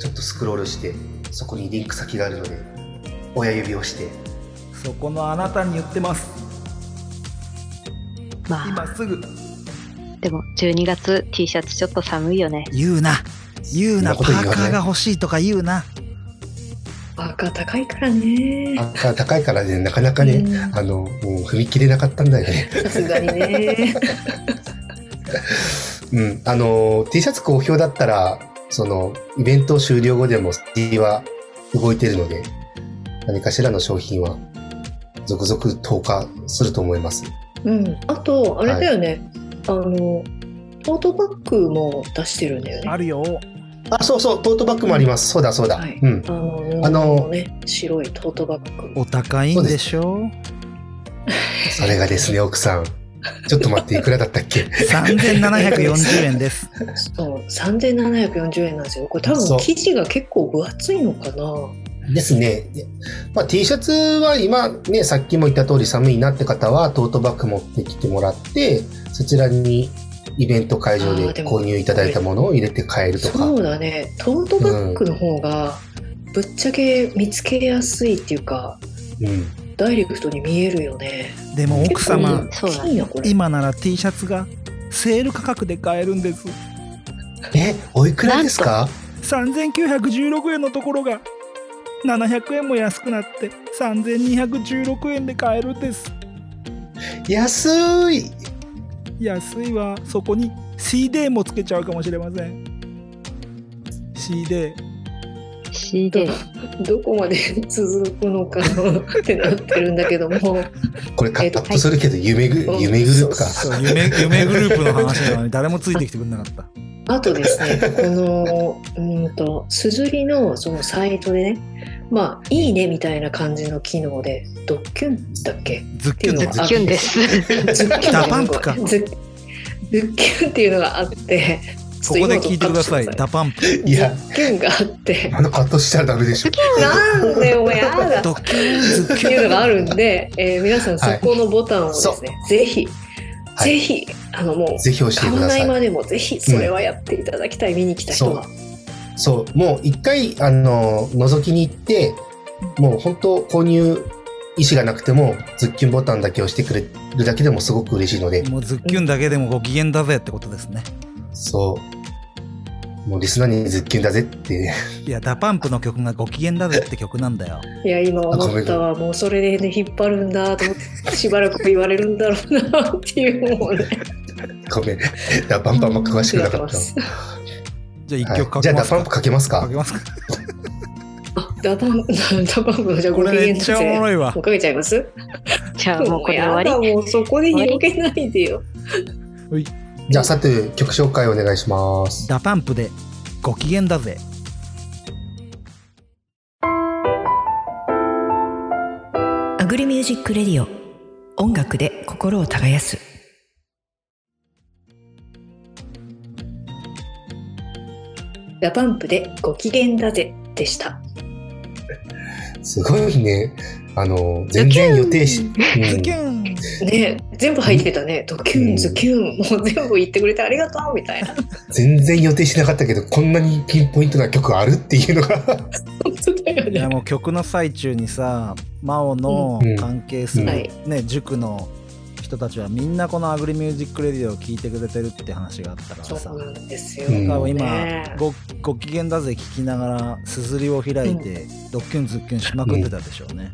[SPEAKER 5] ちょっとスクロールして、そこにリンク先があるので、親指を押して、
[SPEAKER 7] そこのあなたに言ってます
[SPEAKER 6] まあ
[SPEAKER 7] 今すぐ
[SPEAKER 6] でも12月 T シャツちょっと寒いよね
[SPEAKER 7] 言うな言うな
[SPEAKER 5] そ
[SPEAKER 7] パ
[SPEAKER 5] んこと言
[SPEAKER 7] ー
[SPEAKER 5] わ
[SPEAKER 7] カ
[SPEAKER 5] ない
[SPEAKER 7] ーが欲しいとか言うな
[SPEAKER 2] バカ高いからね。
[SPEAKER 5] あ高いからね、なかなかね、
[SPEAKER 2] うん
[SPEAKER 5] あの、もう踏み切れなかったんだよね。
[SPEAKER 2] さすがにね。
[SPEAKER 5] うん。あの、T シャツ好評だったら、その、イベント終了後でも、T は動いてるので、何かしらの商品は、続々投下すると思います。
[SPEAKER 2] うん。あとあれだよね。あのトートバッグも出してるんだよね。
[SPEAKER 7] あるよ
[SPEAKER 5] あ、そうそう、トートバッグもあります。そうだ、そうだ。
[SPEAKER 2] はい
[SPEAKER 5] うん。
[SPEAKER 2] あの
[SPEAKER 5] あの
[SPEAKER 2] ね白いトートバッ グ。
[SPEAKER 7] お高いんでしょ
[SPEAKER 5] それがですね、奥さん。ちょっと待って、いくらだったっけ
[SPEAKER 7] 3740円です
[SPEAKER 2] そう3740円なんですよ。これ多分
[SPEAKER 5] そう
[SPEAKER 2] 生地が結構分厚いのかな。
[SPEAKER 5] ですね。でまあ、T シャツは今ね、さっきも言った通り寒いなって方はトートバッグ持ってきてもらって、そちらにイベント会場
[SPEAKER 2] あーで
[SPEAKER 5] で
[SPEAKER 2] も
[SPEAKER 5] 購入いただいたものを入れて買えるとか。
[SPEAKER 2] そうだね。トートバッグの方がぶっちゃけ見つけやすいっていうか
[SPEAKER 5] うん。
[SPEAKER 2] ダイレクトに見えるよね。
[SPEAKER 7] でも奥様
[SPEAKER 6] 結構
[SPEAKER 2] 大きいなこれ。
[SPEAKER 7] 今なら T シャツがセール価格で買えるんです
[SPEAKER 5] え、おいくらですか
[SPEAKER 7] 3916円のところが700円も安くなって3216円で買えるんです
[SPEAKER 5] 安い
[SPEAKER 7] 安いわそこに CD もつけちゃうかもしれません CD
[SPEAKER 6] CD
[SPEAKER 2] どこまで 続くのかなってなってるんだけども。
[SPEAKER 5] これカ
[SPEAKER 2] えっ
[SPEAKER 5] ッ
[SPEAKER 2] と
[SPEAKER 5] トするけど、夢ぐ、
[SPEAKER 2] うん
[SPEAKER 5] 夢グループか。
[SPEAKER 7] そう 夢夢グループの話なのに誰もついてきてくれなかった
[SPEAKER 2] あとですね、この、うんと、すずりのそのサイトでね、まあ、いいねみたいな感じの機能で、ドッキュンだっけ
[SPEAKER 7] ズッキュン
[SPEAKER 2] ズ
[SPEAKER 7] の
[SPEAKER 2] ッ
[SPEAKER 6] キュンです
[SPEAKER 2] ズッキュン
[SPEAKER 7] ダパンプか
[SPEAKER 2] ズッズッキュンっていうのがあって、
[SPEAKER 7] ここで聞いてください。ダパンプ。
[SPEAKER 5] いや、
[SPEAKER 2] 件があって、
[SPEAKER 5] あのカットしちゃダメでしょ。
[SPEAKER 2] なんでお前ああだ
[SPEAKER 7] ド
[SPEAKER 2] っ
[SPEAKER 7] キュンズ
[SPEAKER 2] て
[SPEAKER 7] キ
[SPEAKER 2] いうの
[SPEAKER 7] ュン。
[SPEAKER 2] があるんで、えー皆さんそ
[SPEAKER 5] はい
[SPEAKER 2] このボタンをですね、ぜひ、
[SPEAKER 5] はい
[SPEAKER 2] ぜひ、あのも
[SPEAKER 5] ぜひ教え
[SPEAKER 2] う、
[SPEAKER 5] て
[SPEAKER 2] 買
[SPEAKER 5] く
[SPEAKER 2] わ
[SPEAKER 5] だ
[SPEAKER 2] な
[SPEAKER 5] さ
[SPEAKER 2] いま
[SPEAKER 5] い。
[SPEAKER 2] でもぜひそれはやっていただきたい、見に来た人は。
[SPEAKER 5] そう、もう一回、あの、覗きに行って、もう本当購入意思がなくても、ズッキュンボタンだけ押してくれるだけでもすごく嬉しいので、
[SPEAKER 7] もうズッキュンだけでもご機嫌だぜってことですね。
[SPEAKER 5] そう。もうリスナーにズッキュンだぜって、
[SPEAKER 7] いや、ダパンプの曲がご機嫌だぜって曲なんだよ。
[SPEAKER 2] いや、今思ったわ、もうそれで、ね、引っ張るんだと思って、しばらく言われるんだろうなっていう、もうね、
[SPEAKER 5] ごめん。ダパンプあんま詳しくなかっ
[SPEAKER 2] やってます
[SPEAKER 5] た。
[SPEAKER 7] じゃあ一
[SPEAKER 5] はい
[SPEAKER 7] 曲か
[SPEAKER 5] じゃあ
[SPEAKER 7] けま
[SPEAKER 5] ダ
[SPEAKER 7] すか。
[SPEAKER 5] パンプかけますか
[SPEAKER 7] かけますか。
[SPEAKER 2] ダバン、ダバンプのじゃあ
[SPEAKER 7] こ
[SPEAKER 2] ご機
[SPEAKER 7] れめ
[SPEAKER 2] 嫌
[SPEAKER 7] っ
[SPEAKER 2] だ
[SPEAKER 7] ちゃおも
[SPEAKER 2] ぜ。
[SPEAKER 7] ろいわ
[SPEAKER 2] もう。かけちゃいます
[SPEAKER 6] じゃあもうこれで終わ
[SPEAKER 2] もうやだもうそこで広げないでよ。
[SPEAKER 5] じゃあ、さて、曲紹介お願いします。
[SPEAKER 7] ダパンプでご機嫌だぜ。
[SPEAKER 1] アグリミュージックレディオ音楽で心を耕す
[SPEAKER 2] ダバンプでご機嫌だぜでした。
[SPEAKER 5] すごいね。あの、全然予定し、
[SPEAKER 7] ズキ
[SPEAKER 5] うん
[SPEAKER 7] ュン。
[SPEAKER 2] ねえ全部入ってたね。ドキュ
[SPEAKER 5] うん
[SPEAKER 2] ン、ズキュン、もう全部言ってくれてありがとうみたいな。
[SPEAKER 5] 全然予定しなかったけど、こんなにピンポイントな曲あるっていうのが、
[SPEAKER 2] 本当だよ
[SPEAKER 7] いや
[SPEAKER 2] ね。
[SPEAKER 7] もう曲の最中にさ真央の
[SPEAKER 5] うん
[SPEAKER 7] 関係する、
[SPEAKER 2] うん
[SPEAKER 7] ね塾の人たちはみんなこの「アグリミュージック・レディオ」を聴いてくれてるって話があったからさ、
[SPEAKER 2] そうなんですよ。
[SPEAKER 5] うん
[SPEAKER 7] 多分
[SPEAKER 2] ね
[SPEAKER 7] 今
[SPEAKER 2] え
[SPEAKER 7] ご「ご機嫌だぜ」聴きながらすずりを開いて、ドッキュンズッキュンしまくってたでしょうね、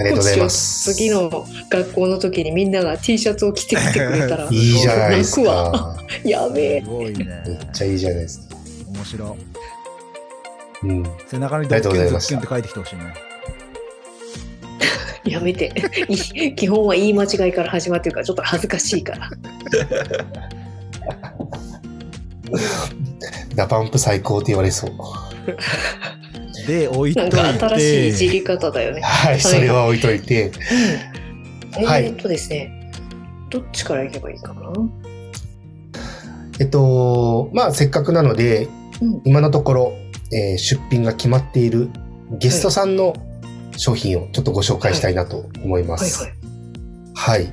[SPEAKER 5] ありがとうございます。
[SPEAKER 2] 次の学校の時にみんなが T シャツを着てきてくれたら
[SPEAKER 5] いいじゃないです
[SPEAKER 2] 泣く
[SPEAKER 5] か。
[SPEAKER 2] やべえ
[SPEAKER 7] すごいね
[SPEAKER 5] めっちゃいいじゃないですか。
[SPEAKER 7] 面白い
[SPEAKER 5] うん。
[SPEAKER 7] 背中に「ドッキ
[SPEAKER 5] ありがとうござ
[SPEAKER 7] ュン
[SPEAKER 5] い
[SPEAKER 7] ズ
[SPEAKER 5] ま
[SPEAKER 7] ッ
[SPEAKER 5] した
[SPEAKER 7] キュン」って書いてきてほしいね
[SPEAKER 2] やめて いい基本は言い間違いから始まってるからちょっと恥ずかしい から
[SPEAKER 5] ダパンプ最高って言われそう。
[SPEAKER 7] で置いと
[SPEAKER 2] ないん
[SPEAKER 7] て
[SPEAKER 2] か新しいいじり方だよね
[SPEAKER 5] はい、それは置いといて。はい
[SPEAKER 2] えーっとですねどっちから行けばいいかな
[SPEAKER 5] えっと、まあ、せっかくなので、
[SPEAKER 2] うん
[SPEAKER 5] 今のところ、えー出品が決まっているゲストさんの商品をちょっとご紹介したいなと思いま
[SPEAKER 2] はい
[SPEAKER 5] す。
[SPEAKER 2] はい
[SPEAKER 5] はい。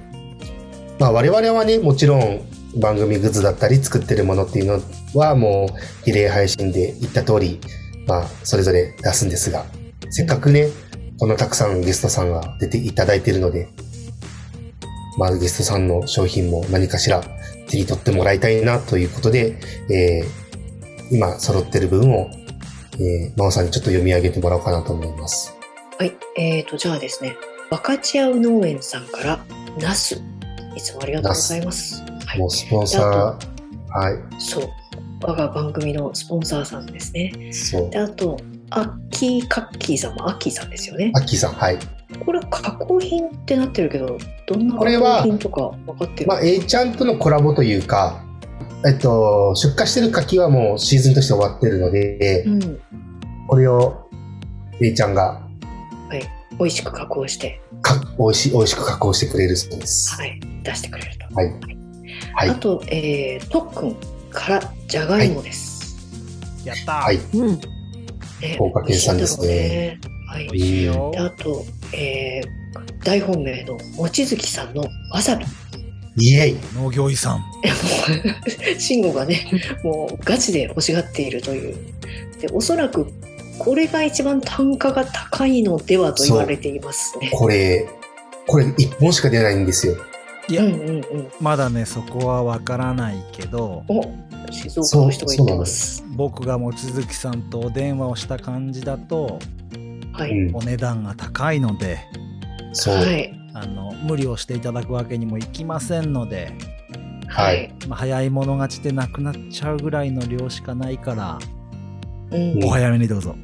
[SPEAKER 5] まあ我々はね、もちろん番組グッズだったり作ってるものっていうのはもうリレー配信で言った通り、まあそれぞれ出すんですが、せっかくね、このたくさんゲストさんが出ていただいてるので、まあゲストさんの商品も何かしら手に取ってもらいたいなということで、えー今揃ってる分を、えー、真央さんにちょっと読み上げてもらおうかなと思います。
[SPEAKER 2] はい、えー、と、じゃあですね、分かち合う農園さんから、ナス、いつもありがとうございます。は
[SPEAKER 5] もう
[SPEAKER 2] い、
[SPEAKER 5] スポンサー、は
[SPEAKER 2] そう、我が番組のスポンサーさんですね。
[SPEAKER 5] い、そう
[SPEAKER 2] で、。あと、アッキーカッキーさんもアッキーさんですよね
[SPEAKER 5] ア。ッキーさん、はい。
[SPEAKER 2] これ、加工品ってなってるけど、どんな
[SPEAKER 5] これ
[SPEAKER 2] 加
[SPEAKER 5] は
[SPEAKER 2] 工品とか分かってる
[SPEAKER 5] まあ、A ちゃんとのコラボというか、えっと、出荷してる柿はもうシーズンとして終わってるので、
[SPEAKER 2] うん、
[SPEAKER 5] これを A ちゃんが
[SPEAKER 2] 美味しく加工して、
[SPEAKER 5] か美味し美味しく加工してくれるそうです。
[SPEAKER 2] はい、出してくれると。
[SPEAKER 5] はい。はい
[SPEAKER 2] あ。と、えー、とっくんから、じゃがいもです。
[SPEAKER 7] やったー、
[SPEAKER 5] はい。
[SPEAKER 6] りうん
[SPEAKER 2] ね
[SPEAKER 5] 福岡県産ですね。
[SPEAKER 2] 美味しいんだろうねはいで
[SPEAKER 7] 美。味しいよ
[SPEAKER 2] あと、えー大本命の望月さんのわさび。も
[SPEAKER 5] イエイ
[SPEAKER 7] 農業遺産
[SPEAKER 2] う慎吾がね、もうガチで欲しがっているという。で、おそらくこれが一番単価が高いのではと言われていますね。
[SPEAKER 5] これ、これ1本しか出ないんですよ。
[SPEAKER 7] いうや、
[SPEAKER 2] んうんうん。
[SPEAKER 7] まだねそこはわからないけど
[SPEAKER 2] お静岡の人が言ってます。
[SPEAKER 7] 僕が望月さんとお電話をした感じだと
[SPEAKER 2] は
[SPEAKER 5] う
[SPEAKER 2] い。
[SPEAKER 5] ん
[SPEAKER 7] お。値段が高いので
[SPEAKER 5] そう。
[SPEAKER 2] は
[SPEAKER 5] はい。
[SPEAKER 2] い。
[SPEAKER 7] あの無理をしていただくわけにもいきませんので、
[SPEAKER 5] はい。
[SPEAKER 7] まあ、早い者勝ちでなくなっちゃうぐらいの量しかないから
[SPEAKER 2] うん
[SPEAKER 5] も
[SPEAKER 7] お早めにどうぞ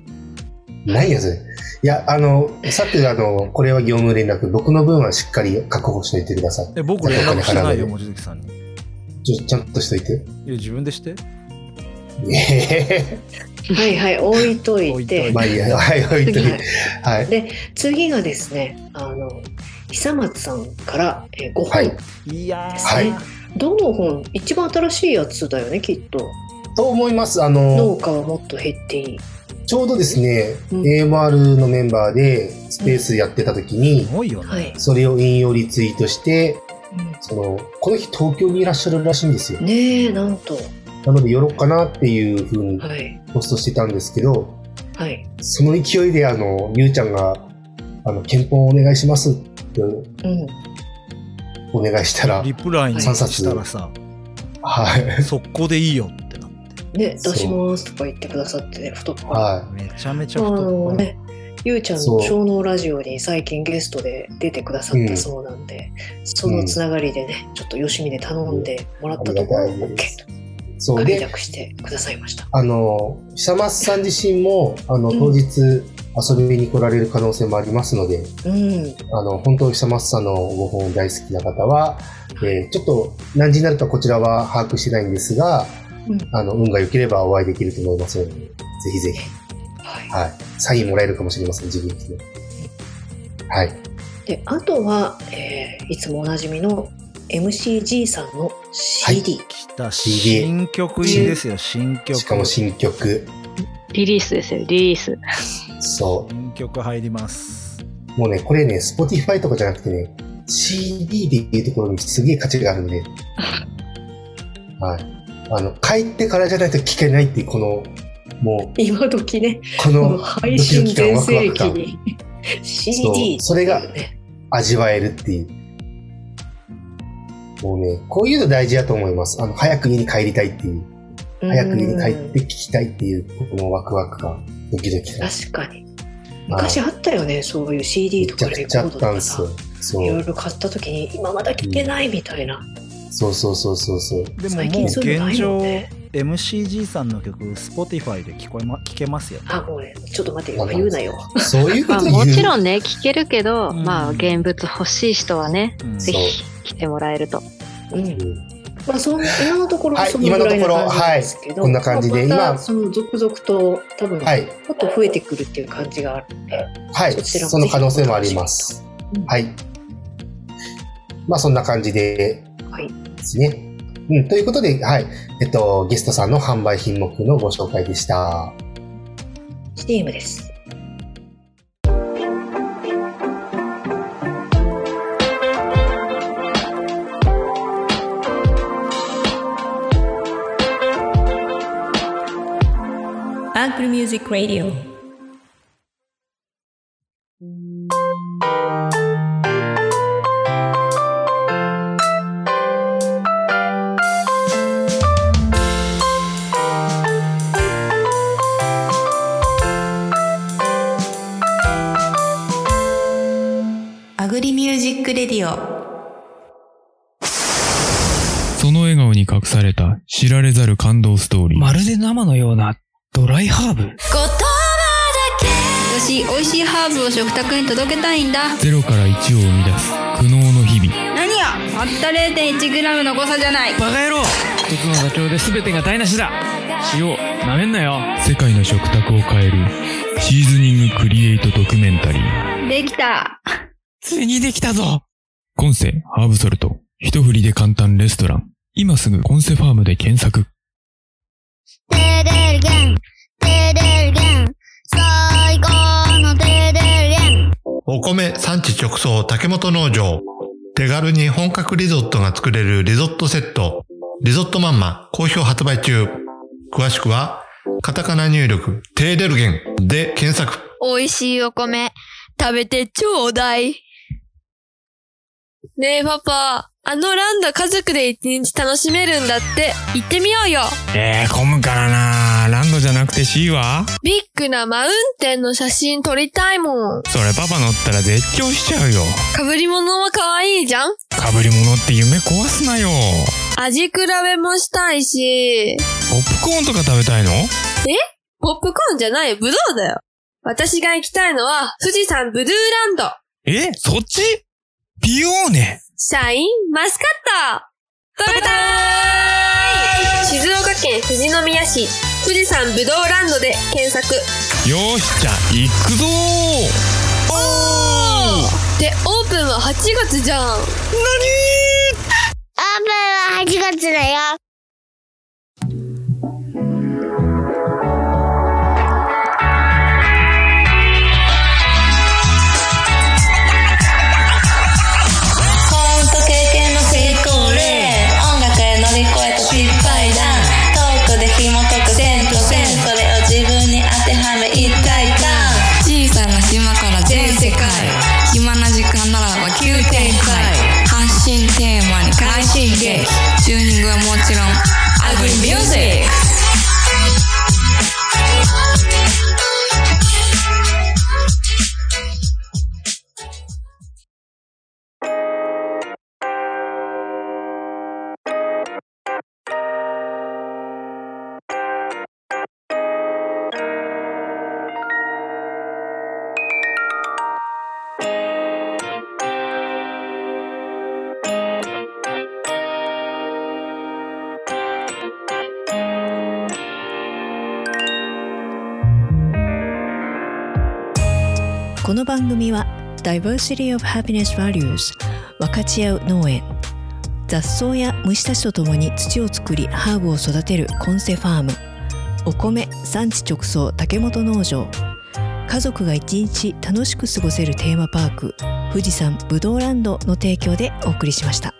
[SPEAKER 5] 何やそれ。いや、あの、さて、あの、これは業務連絡、僕の分はしっかり確保しといてください。
[SPEAKER 7] え僕連絡してないよ望月さんにい
[SPEAKER 5] ちょちゃんとしといて。
[SPEAKER 7] や自分でして
[SPEAKER 5] えへ
[SPEAKER 2] はいはい。置いと
[SPEAKER 7] 置
[SPEAKER 2] い
[SPEAKER 7] いとい
[SPEAKER 2] て
[SPEAKER 5] へ。 まあいいや、はい、置い といて。
[SPEAKER 2] はい
[SPEAKER 5] はい。
[SPEAKER 2] 次がですね、あの、久松さんから、えーご飯、
[SPEAKER 5] はい
[SPEAKER 7] いやー、
[SPEAKER 5] はい
[SPEAKER 2] どの本一番新しいやつだよねきっと
[SPEAKER 5] と思います。あ
[SPEAKER 2] 農
[SPEAKER 5] の、
[SPEAKER 2] 家はもっと減っていい
[SPEAKER 5] ちょうどですね、
[SPEAKER 2] うん
[SPEAKER 5] AMR のメンバーでスペースやってた時に
[SPEAKER 7] す、ごいよね、
[SPEAKER 2] はい、
[SPEAKER 5] それを引用リツイートして、その、この日東京にいらっしゃるらしいんですよ
[SPEAKER 2] うん。ねえなんと
[SPEAKER 5] なので寄ろうかなっていうふうに
[SPEAKER 2] はい
[SPEAKER 5] ポストしてたんですけど、
[SPEAKER 2] はい
[SPEAKER 5] その勢いであの、ゆうちゃんが、あの、憲法お願いしますって
[SPEAKER 2] うん
[SPEAKER 5] お願いしたら、
[SPEAKER 7] リプライに
[SPEAKER 5] 三冊
[SPEAKER 7] したら さ
[SPEAKER 5] はい。
[SPEAKER 7] 速攻でいいよってなって
[SPEAKER 2] ね出
[SPEAKER 5] そう
[SPEAKER 2] しますとか言ってくださってね太っ腹
[SPEAKER 5] は
[SPEAKER 7] めちゃめち
[SPEAKER 2] あ
[SPEAKER 7] ゃ太
[SPEAKER 2] の
[SPEAKER 7] っ腹
[SPEAKER 2] ね、ゆうちゃん
[SPEAKER 5] そ
[SPEAKER 2] の
[SPEAKER 5] う
[SPEAKER 2] 小脳ラジオに最近ゲストで出てくださったそうなんで、そのつながりでね、ちょっとよしみで頼んでもらったところ
[SPEAKER 5] ありがた
[SPEAKER 2] OK
[SPEAKER 5] いです
[SPEAKER 2] と
[SPEAKER 5] い。そう
[SPEAKER 2] 快
[SPEAKER 5] で、
[SPEAKER 2] 諾してくださいました。
[SPEAKER 5] あの、久松さん自身も、あの、
[SPEAKER 2] うん
[SPEAKER 5] 当日遊びに来られる可能性もありますので、
[SPEAKER 2] うん、
[SPEAKER 5] あの、本当久松さんのご本大好きな方は、えーちょっと何時になるかこちらは把握してないんですが、
[SPEAKER 2] うん
[SPEAKER 5] あの、運が良ければお会いできると思いますので、ぜひぜひ。
[SPEAKER 2] はい
[SPEAKER 5] はい。サインもらえるかもしれません、自分ですね。はい。
[SPEAKER 2] であとは、えーいつもおなじみの MCG さんの CD、
[SPEAKER 7] きた
[SPEAKER 5] CD
[SPEAKER 7] 新曲入りですよ新曲
[SPEAKER 5] しかも新曲。
[SPEAKER 6] リリースですよ、リリース。
[SPEAKER 5] そ
[SPEAKER 7] 新曲入ります
[SPEAKER 5] う。もうね、これね、Spotify とかじゃなくてね、CD でいうところにすげえ価値があ るんで。はい。あの、帰ってからじゃないと聞けないっていう、この、もう、
[SPEAKER 2] 今時ね、
[SPEAKER 5] こ
[SPEAKER 2] この
[SPEAKER 5] の
[SPEAKER 2] 配信全盛期
[SPEAKER 5] ドキドキ感ワクワ
[SPEAKER 2] に CD
[SPEAKER 5] そうそれが
[SPEAKER 2] っていうね
[SPEAKER 5] 味わえるっていう。もうね、こういうの大事だと思います。あの、早く家に帰りたいっていう。早く家に帰って聞きたいっていう、このワクワク感、ドキドキ感。
[SPEAKER 2] 確かに昔あったよね、そういう CD
[SPEAKER 5] め
[SPEAKER 2] とか
[SPEAKER 5] ちゃ
[SPEAKER 2] レ
[SPEAKER 5] く
[SPEAKER 2] コ
[SPEAKER 5] ちゃあ
[SPEAKER 2] ー
[SPEAKER 5] っ
[SPEAKER 2] ドと
[SPEAKER 5] たんで
[SPEAKER 2] か
[SPEAKER 5] す
[SPEAKER 2] さ
[SPEAKER 5] よ。そ
[SPEAKER 2] いろ
[SPEAKER 5] う
[SPEAKER 2] い。ろ買った時に今まだ聞けないみたいな、
[SPEAKER 5] そうそうそうそうそう。
[SPEAKER 7] でも
[SPEAKER 2] 最
[SPEAKER 7] も
[SPEAKER 2] 近
[SPEAKER 7] う
[SPEAKER 2] そういうのな
[SPEAKER 7] 現
[SPEAKER 2] いよ
[SPEAKER 7] 状
[SPEAKER 2] ね
[SPEAKER 7] MCG さんの曲 Spotify で聞こえ、ま、聞けますよね
[SPEAKER 2] あもうねちょっと待って今言うなよ
[SPEAKER 5] そういうこ
[SPEAKER 6] ま あ
[SPEAKER 5] と
[SPEAKER 6] もち
[SPEAKER 5] ん。
[SPEAKER 6] ろんね、聞けるけど、
[SPEAKER 7] うん
[SPEAKER 6] まあ現物欲しい人はね、
[SPEAKER 7] うん
[SPEAKER 6] ぜひ来てもらえると。
[SPEAKER 2] うん
[SPEAKER 5] うん
[SPEAKER 2] まあそん今のところ
[SPEAKER 5] はい
[SPEAKER 2] そのぐらいな感じなんですけど、
[SPEAKER 5] 今のところはいこんな感じで
[SPEAKER 2] まあまた
[SPEAKER 5] 今
[SPEAKER 2] その続々と多分も
[SPEAKER 5] はい。
[SPEAKER 2] っと増えてくるっていう感じがあるので、
[SPEAKER 5] はい。
[SPEAKER 2] そちらも
[SPEAKER 5] その可能性もあります
[SPEAKER 2] うん。
[SPEAKER 5] はい。まあ、そんな感じで
[SPEAKER 2] はい
[SPEAKER 5] ですね。うん。ということで、はい。えっと、ゲストさんの販売品目のご紹介でした。
[SPEAKER 2] STEAM です
[SPEAKER 1] アンクルミュージックラディオ
[SPEAKER 8] アグリミュージックレディオ
[SPEAKER 3] その笑顔に隠された知られざる感動ストーリー。
[SPEAKER 9] まるで生のようなドライハーブ
[SPEAKER 10] 私美味しいハーブを食卓に届けたいんだ
[SPEAKER 3] ゼロから1を生み出す苦悩の日々。
[SPEAKER 10] 何がたった 0.1g の誤差じゃない
[SPEAKER 9] バカ野郎一つの妥協で全てが台無しだ塩、なめんなよ
[SPEAKER 3] 世界の食卓を変えるシーズニングクリエイトドキュメンタリー。
[SPEAKER 10] できた
[SPEAKER 9] ついにできたぞ
[SPEAKER 3] コンセハーブソルト。一振りで簡単レストラン。今すぐコンセファームで検索。
[SPEAKER 10] デデルゲンデデルゲン最高のデデルゲン
[SPEAKER 11] お米産地直送竹本農場。手軽に本格リゾットが作れるリゾットセット。リゾットマンマ好評発売中。詳しくは、カタカナ入力、テーデルゲンで検索。
[SPEAKER 10] 美味しいお米食べてちょうだいねえパパあのランド家族で一日楽しめるんだって行ってみようよ
[SPEAKER 9] えー、混むからなランドじゃなくて C は
[SPEAKER 10] ビッグなマウンテンの写真撮りたいもん
[SPEAKER 9] それパパ乗ったら絶叫しちゃうよ。
[SPEAKER 10] 被り物も可愛いじゃん
[SPEAKER 9] かぶり物って夢壊すなよ。
[SPEAKER 10] 味比べもしたいし
[SPEAKER 9] ポップコーンとか食べたいの
[SPEAKER 10] ポップコーンじゃない、ブドウだよ。私が行きたいのは、富士山ブルーランド。
[SPEAKER 9] えそっちピオーネ
[SPEAKER 10] シャインマスカット。食べたーい静岡県富士宮市、富士山ブドウランドで検索。
[SPEAKER 9] よーし、じゃあ、行くぞーおー
[SPEAKER 10] で、オープンは8月じゃん。オープンは
[SPEAKER 12] 8月だよ。
[SPEAKER 13] 幸運と経験の振り込む例音楽へ乗り越えた失敗談トークで紐解く線と線それを自分に当てはめ一体感
[SPEAKER 14] 小さな島から全世界暇な時間ならば急展開発信テーマに快進撃チューニングはもちろんアグリミュージック
[SPEAKER 1] この番組は Diversity of Happiness Values 分かち合う農園雑草や虫たちとともに土を作りハーブを育てるコンセファームお米産地直送竹本農場家族が一日楽しく過ごせるテーマパーク富士山ぶどうランドの提供でお送りしました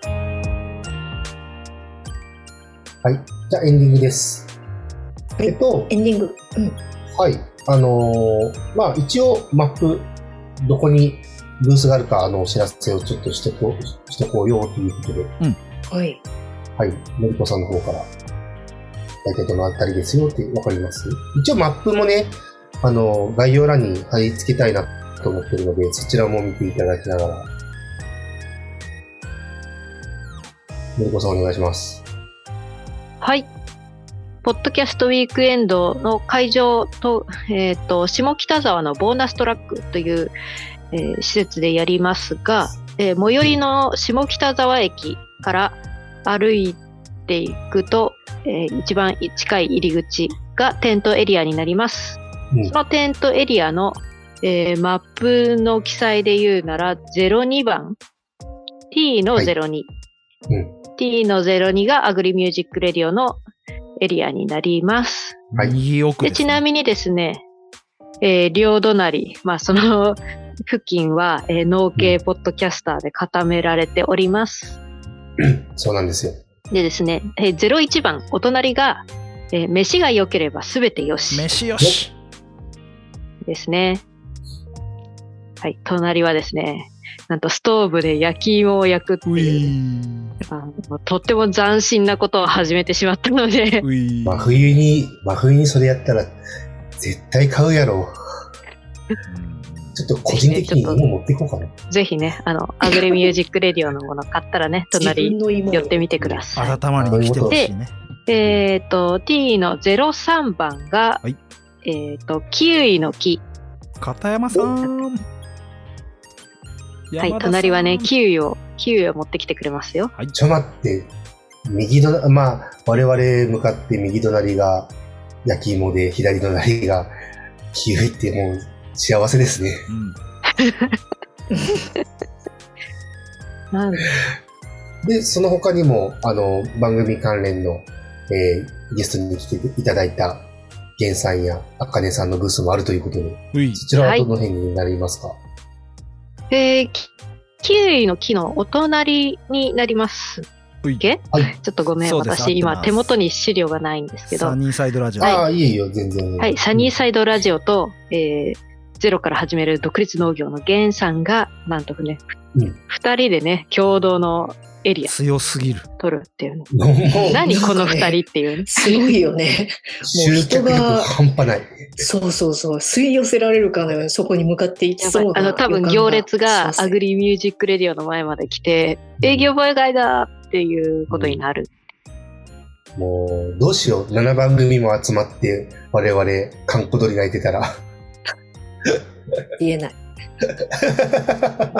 [SPEAKER 5] はい。じゃあエンディングです。えっと、
[SPEAKER 2] エンディング。
[SPEAKER 5] はい。あのーまあ一応マップ、どこにブースがあるかのお知らせをちょっとしてこう、してこうよということで、
[SPEAKER 2] はい。
[SPEAKER 5] はい。のりこさんの方から、大体どのあたりですよってわかります一応マップもね、あのー概要欄に貼り付けたいなと思ってるので、そちらも見ていただきながら、のりこさんお願いします。
[SPEAKER 6] はい。ポッドキャストウィークエンドの会場と、えっ、と、下北沢のボーナストラックという、えー施設でやりますが、えー最寄りの下北沢駅から歩いていくと、えー一番近い入り口がテントエリアになります。そのテントエリアの、えーマップの記載で言うなら、02番、T の02。T の02がアグリミュージックレディオのエリアになります。
[SPEAKER 7] 右奥
[SPEAKER 6] で
[SPEAKER 7] です
[SPEAKER 6] ちなみにですね、えー両隣、まあ、その 付近は、えー農系ポッドキャスターで固められております。
[SPEAKER 5] そうなんですよ。
[SPEAKER 6] でですね、えー01番、お隣が、えー飯が良ければすべてよし。
[SPEAKER 7] 飯よし。
[SPEAKER 6] ですね。はい、隣はですね、なんとストーブで焼き芋を焼くっていう、あのとっても斬新なことを始めてしまったので、
[SPEAKER 5] 真冬に、真冬にそれやったら、絶対買うやろちょっと個人的に芋持っていこうかな。
[SPEAKER 6] ぜひね、あの、アグレミュージックレディオのもの買ったらね、隣寄ってみてください。
[SPEAKER 7] 改まりに来てほしいね。
[SPEAKER 6] えっ、と、T の03番が、
[SPEAKER 7] はい
[SPEAKER 6] えっ、と、キウイの木。
[SPEAKER 7] 片山さん。
[SPEAKER 6] はい、隣はね、キウイを、キウイを持ってきてくれますよ。
[SPEAKER 5] ちょ待って、右ど、まあ、我々向かって右隣が焼き芋で、左隣がキウイってもう幸せですね。
[SPEAKER 6] なん
[SPEAKER 5] で、その他にも、あの、番組関連の、えーゲストに来ていただいた、ゲンさんや、あかねさんのブースもあるということ
[SPEAKER 7] で、
[SPEAKER 5] そちらはどの辺になりますか、
[SPEAKER 6] えーキキウイの木のお隣になります。
[SPEAKER 7] い
[SPEAKER 6] けちょっとごめん、
[SPEAKER 7] そうです合って
[SPEAKER 6] 私今
[SPEAKER 7] ます
[SPEAKER 6] 手元に資料がないんですけど
[SPEAKER 7] サ、ニーサイドラジオ。
[SPEAKER 6] はいああ
[SPEAKER 5] いいよ、全然
[SPEAKER 6] はい、サニーサイドラジオと、えーゼロから始める独立農業のゲンさんが、なんとね、二人でね、共同のエリア
[SPEAKER 7] 強すぎる。
[SPEAKER 6] 取るっていうね
[SPEAKER 5] もう
[SPEAKER 6] 何
[SPEAKER 2] なんか
[SPEAKER 6] こ
[SPEAKER 2] ね
[SPEAKER 6] の二人っていうね。
[SPEAKER 2] すごいよね。もう人が、
[SPEAKER 5] 半端ない。
[SPEAKER 2] そうそうそう、吸い寄せられるかのようにそこに向かっていき
[SPEAKER 6] やっ
[SPEAKER 2] そ
[SPEAKER 6] ぱ
[SPEAKER 2] う
[SPEAKER 6] り
[SPEAKER 2] な
[SPEAKER 6] あの多分行列がアグ
[SPEAKER 2] リ
[SPEAKER 6] リミュージックレディオの前まで来て、営業妨害だっていうことになる。
[SPEAKER 5] もう、どうしよう。7番組も集まって、我々、観光鳥がいてたら、
[SPEAKER 2] 言えない。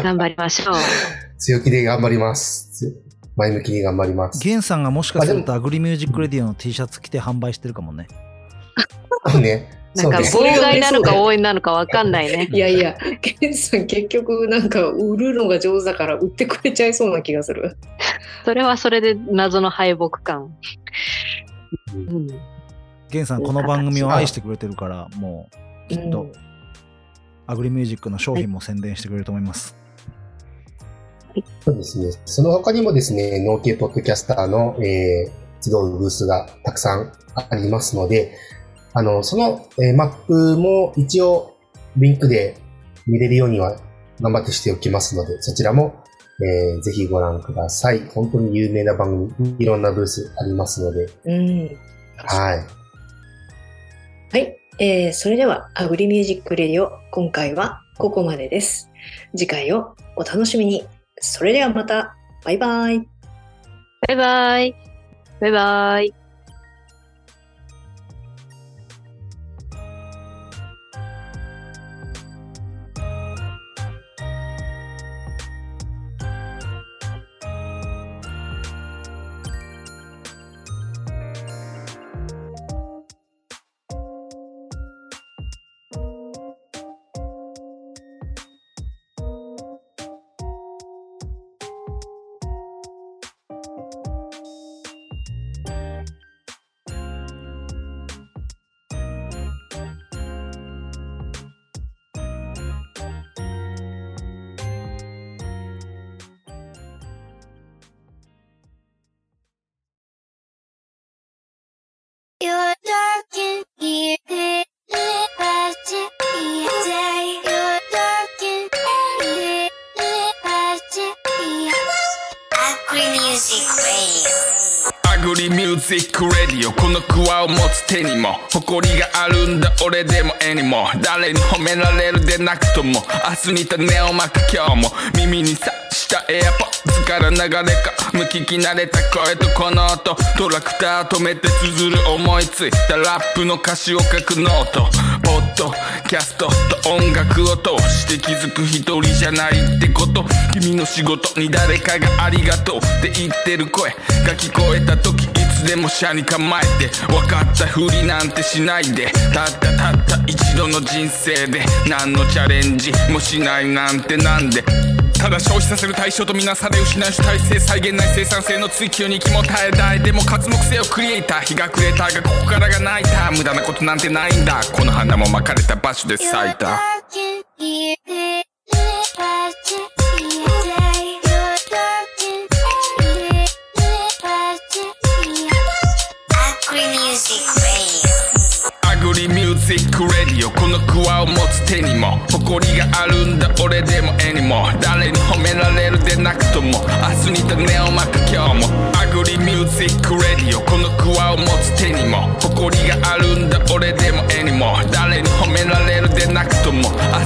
[SPEAKER 6] 頑張りましょう。
[SPEAKER 5] 強気で頑張ります。前向きに頑張ります。
[SPEAKER 7] ゲンさんがもしかするとアグリミュージックレディオの T シャツ着て販売してるかもね。
[SPEAKER 5] ね。
[SPEAKER 6] なんか
[SPEAKER 5] そうね
[SPEAKER 6] 妨害なのか応援なのかわかんないね。
[SPEAKER 2] いやいや、ケンさん結局なんか売るのが上手だから売ってくれちゃいそうな気がする。
[SPEAKER 6] それはそれで謎の敗北感。
[SPEAKER 7] ゲンさんこの番組を愛してくれてるからもうきっと、アグリミュージックの商品も宣伝してくれると思います、
[SPEAKER 5] そうですね。その他にもですね、農系ポッドキャスターの、えー、集うブースがたくさんありますので、あの、その、えーマップも一応リンクで見れるようには頑張ってしておきますので、そちらも、えーぜひご覧ください。本当に有名な番組、いろんなブースありますので、
[SPEAKER 2] うん。
[SPEAKER 5] はい。
[SPEAKER 2] はい、えーそれではアグリミュージックレディオ今回はここまでです。次回をお楽しみに。それではまた、バイバイ。
[SPEAKER 6] バイバイ。バイバイ。
[SPEAKER 13] You're talking here day by day. You're talking here day by day. Agri Music Radio.
[SPEAKER 12] アグリミュージックレディオこのクワを持つ手にも誇りがあるんだ俺でも絵にも誰に褒められるでなくとも明日に種をまく今日も耳にさしたエアポッズから流れか無聞き慣れた声とこの音トラクター止めて綴る思いついたラップの歌詞を書くノートポッドキャストと音楽を通して気づく一人じゃないってこと君の仕事に誰かがありがとうって言ってる声が聞こえた時いつでも車に構えて分かったふりなんてしないでたったたった一度の人生で何のチャレンジもしないなんてなんでただ消費させる対象とみなされ失う主体性再現ない生産性の追求に気も耐えたいでも活目性をクリエイター日が暮れたがここからが泣いた無駄なことなんてないんだこの花も巻かれた場所で咲いた
[SPEAKER 13] You're talking here by day. You're talking here by day. Agri Music Radio.
[SPEAKER 12] アグリミュージックレディオこのクワを持つ手にも誇りがあるんだ俺でも絵にも誰に褒められるでなくとも明日に種をまく今日もアグリミュージックレディオこのクワを持つ手にも誇りがあるんだ俺でも絵にも誰に褒められるでなくとも明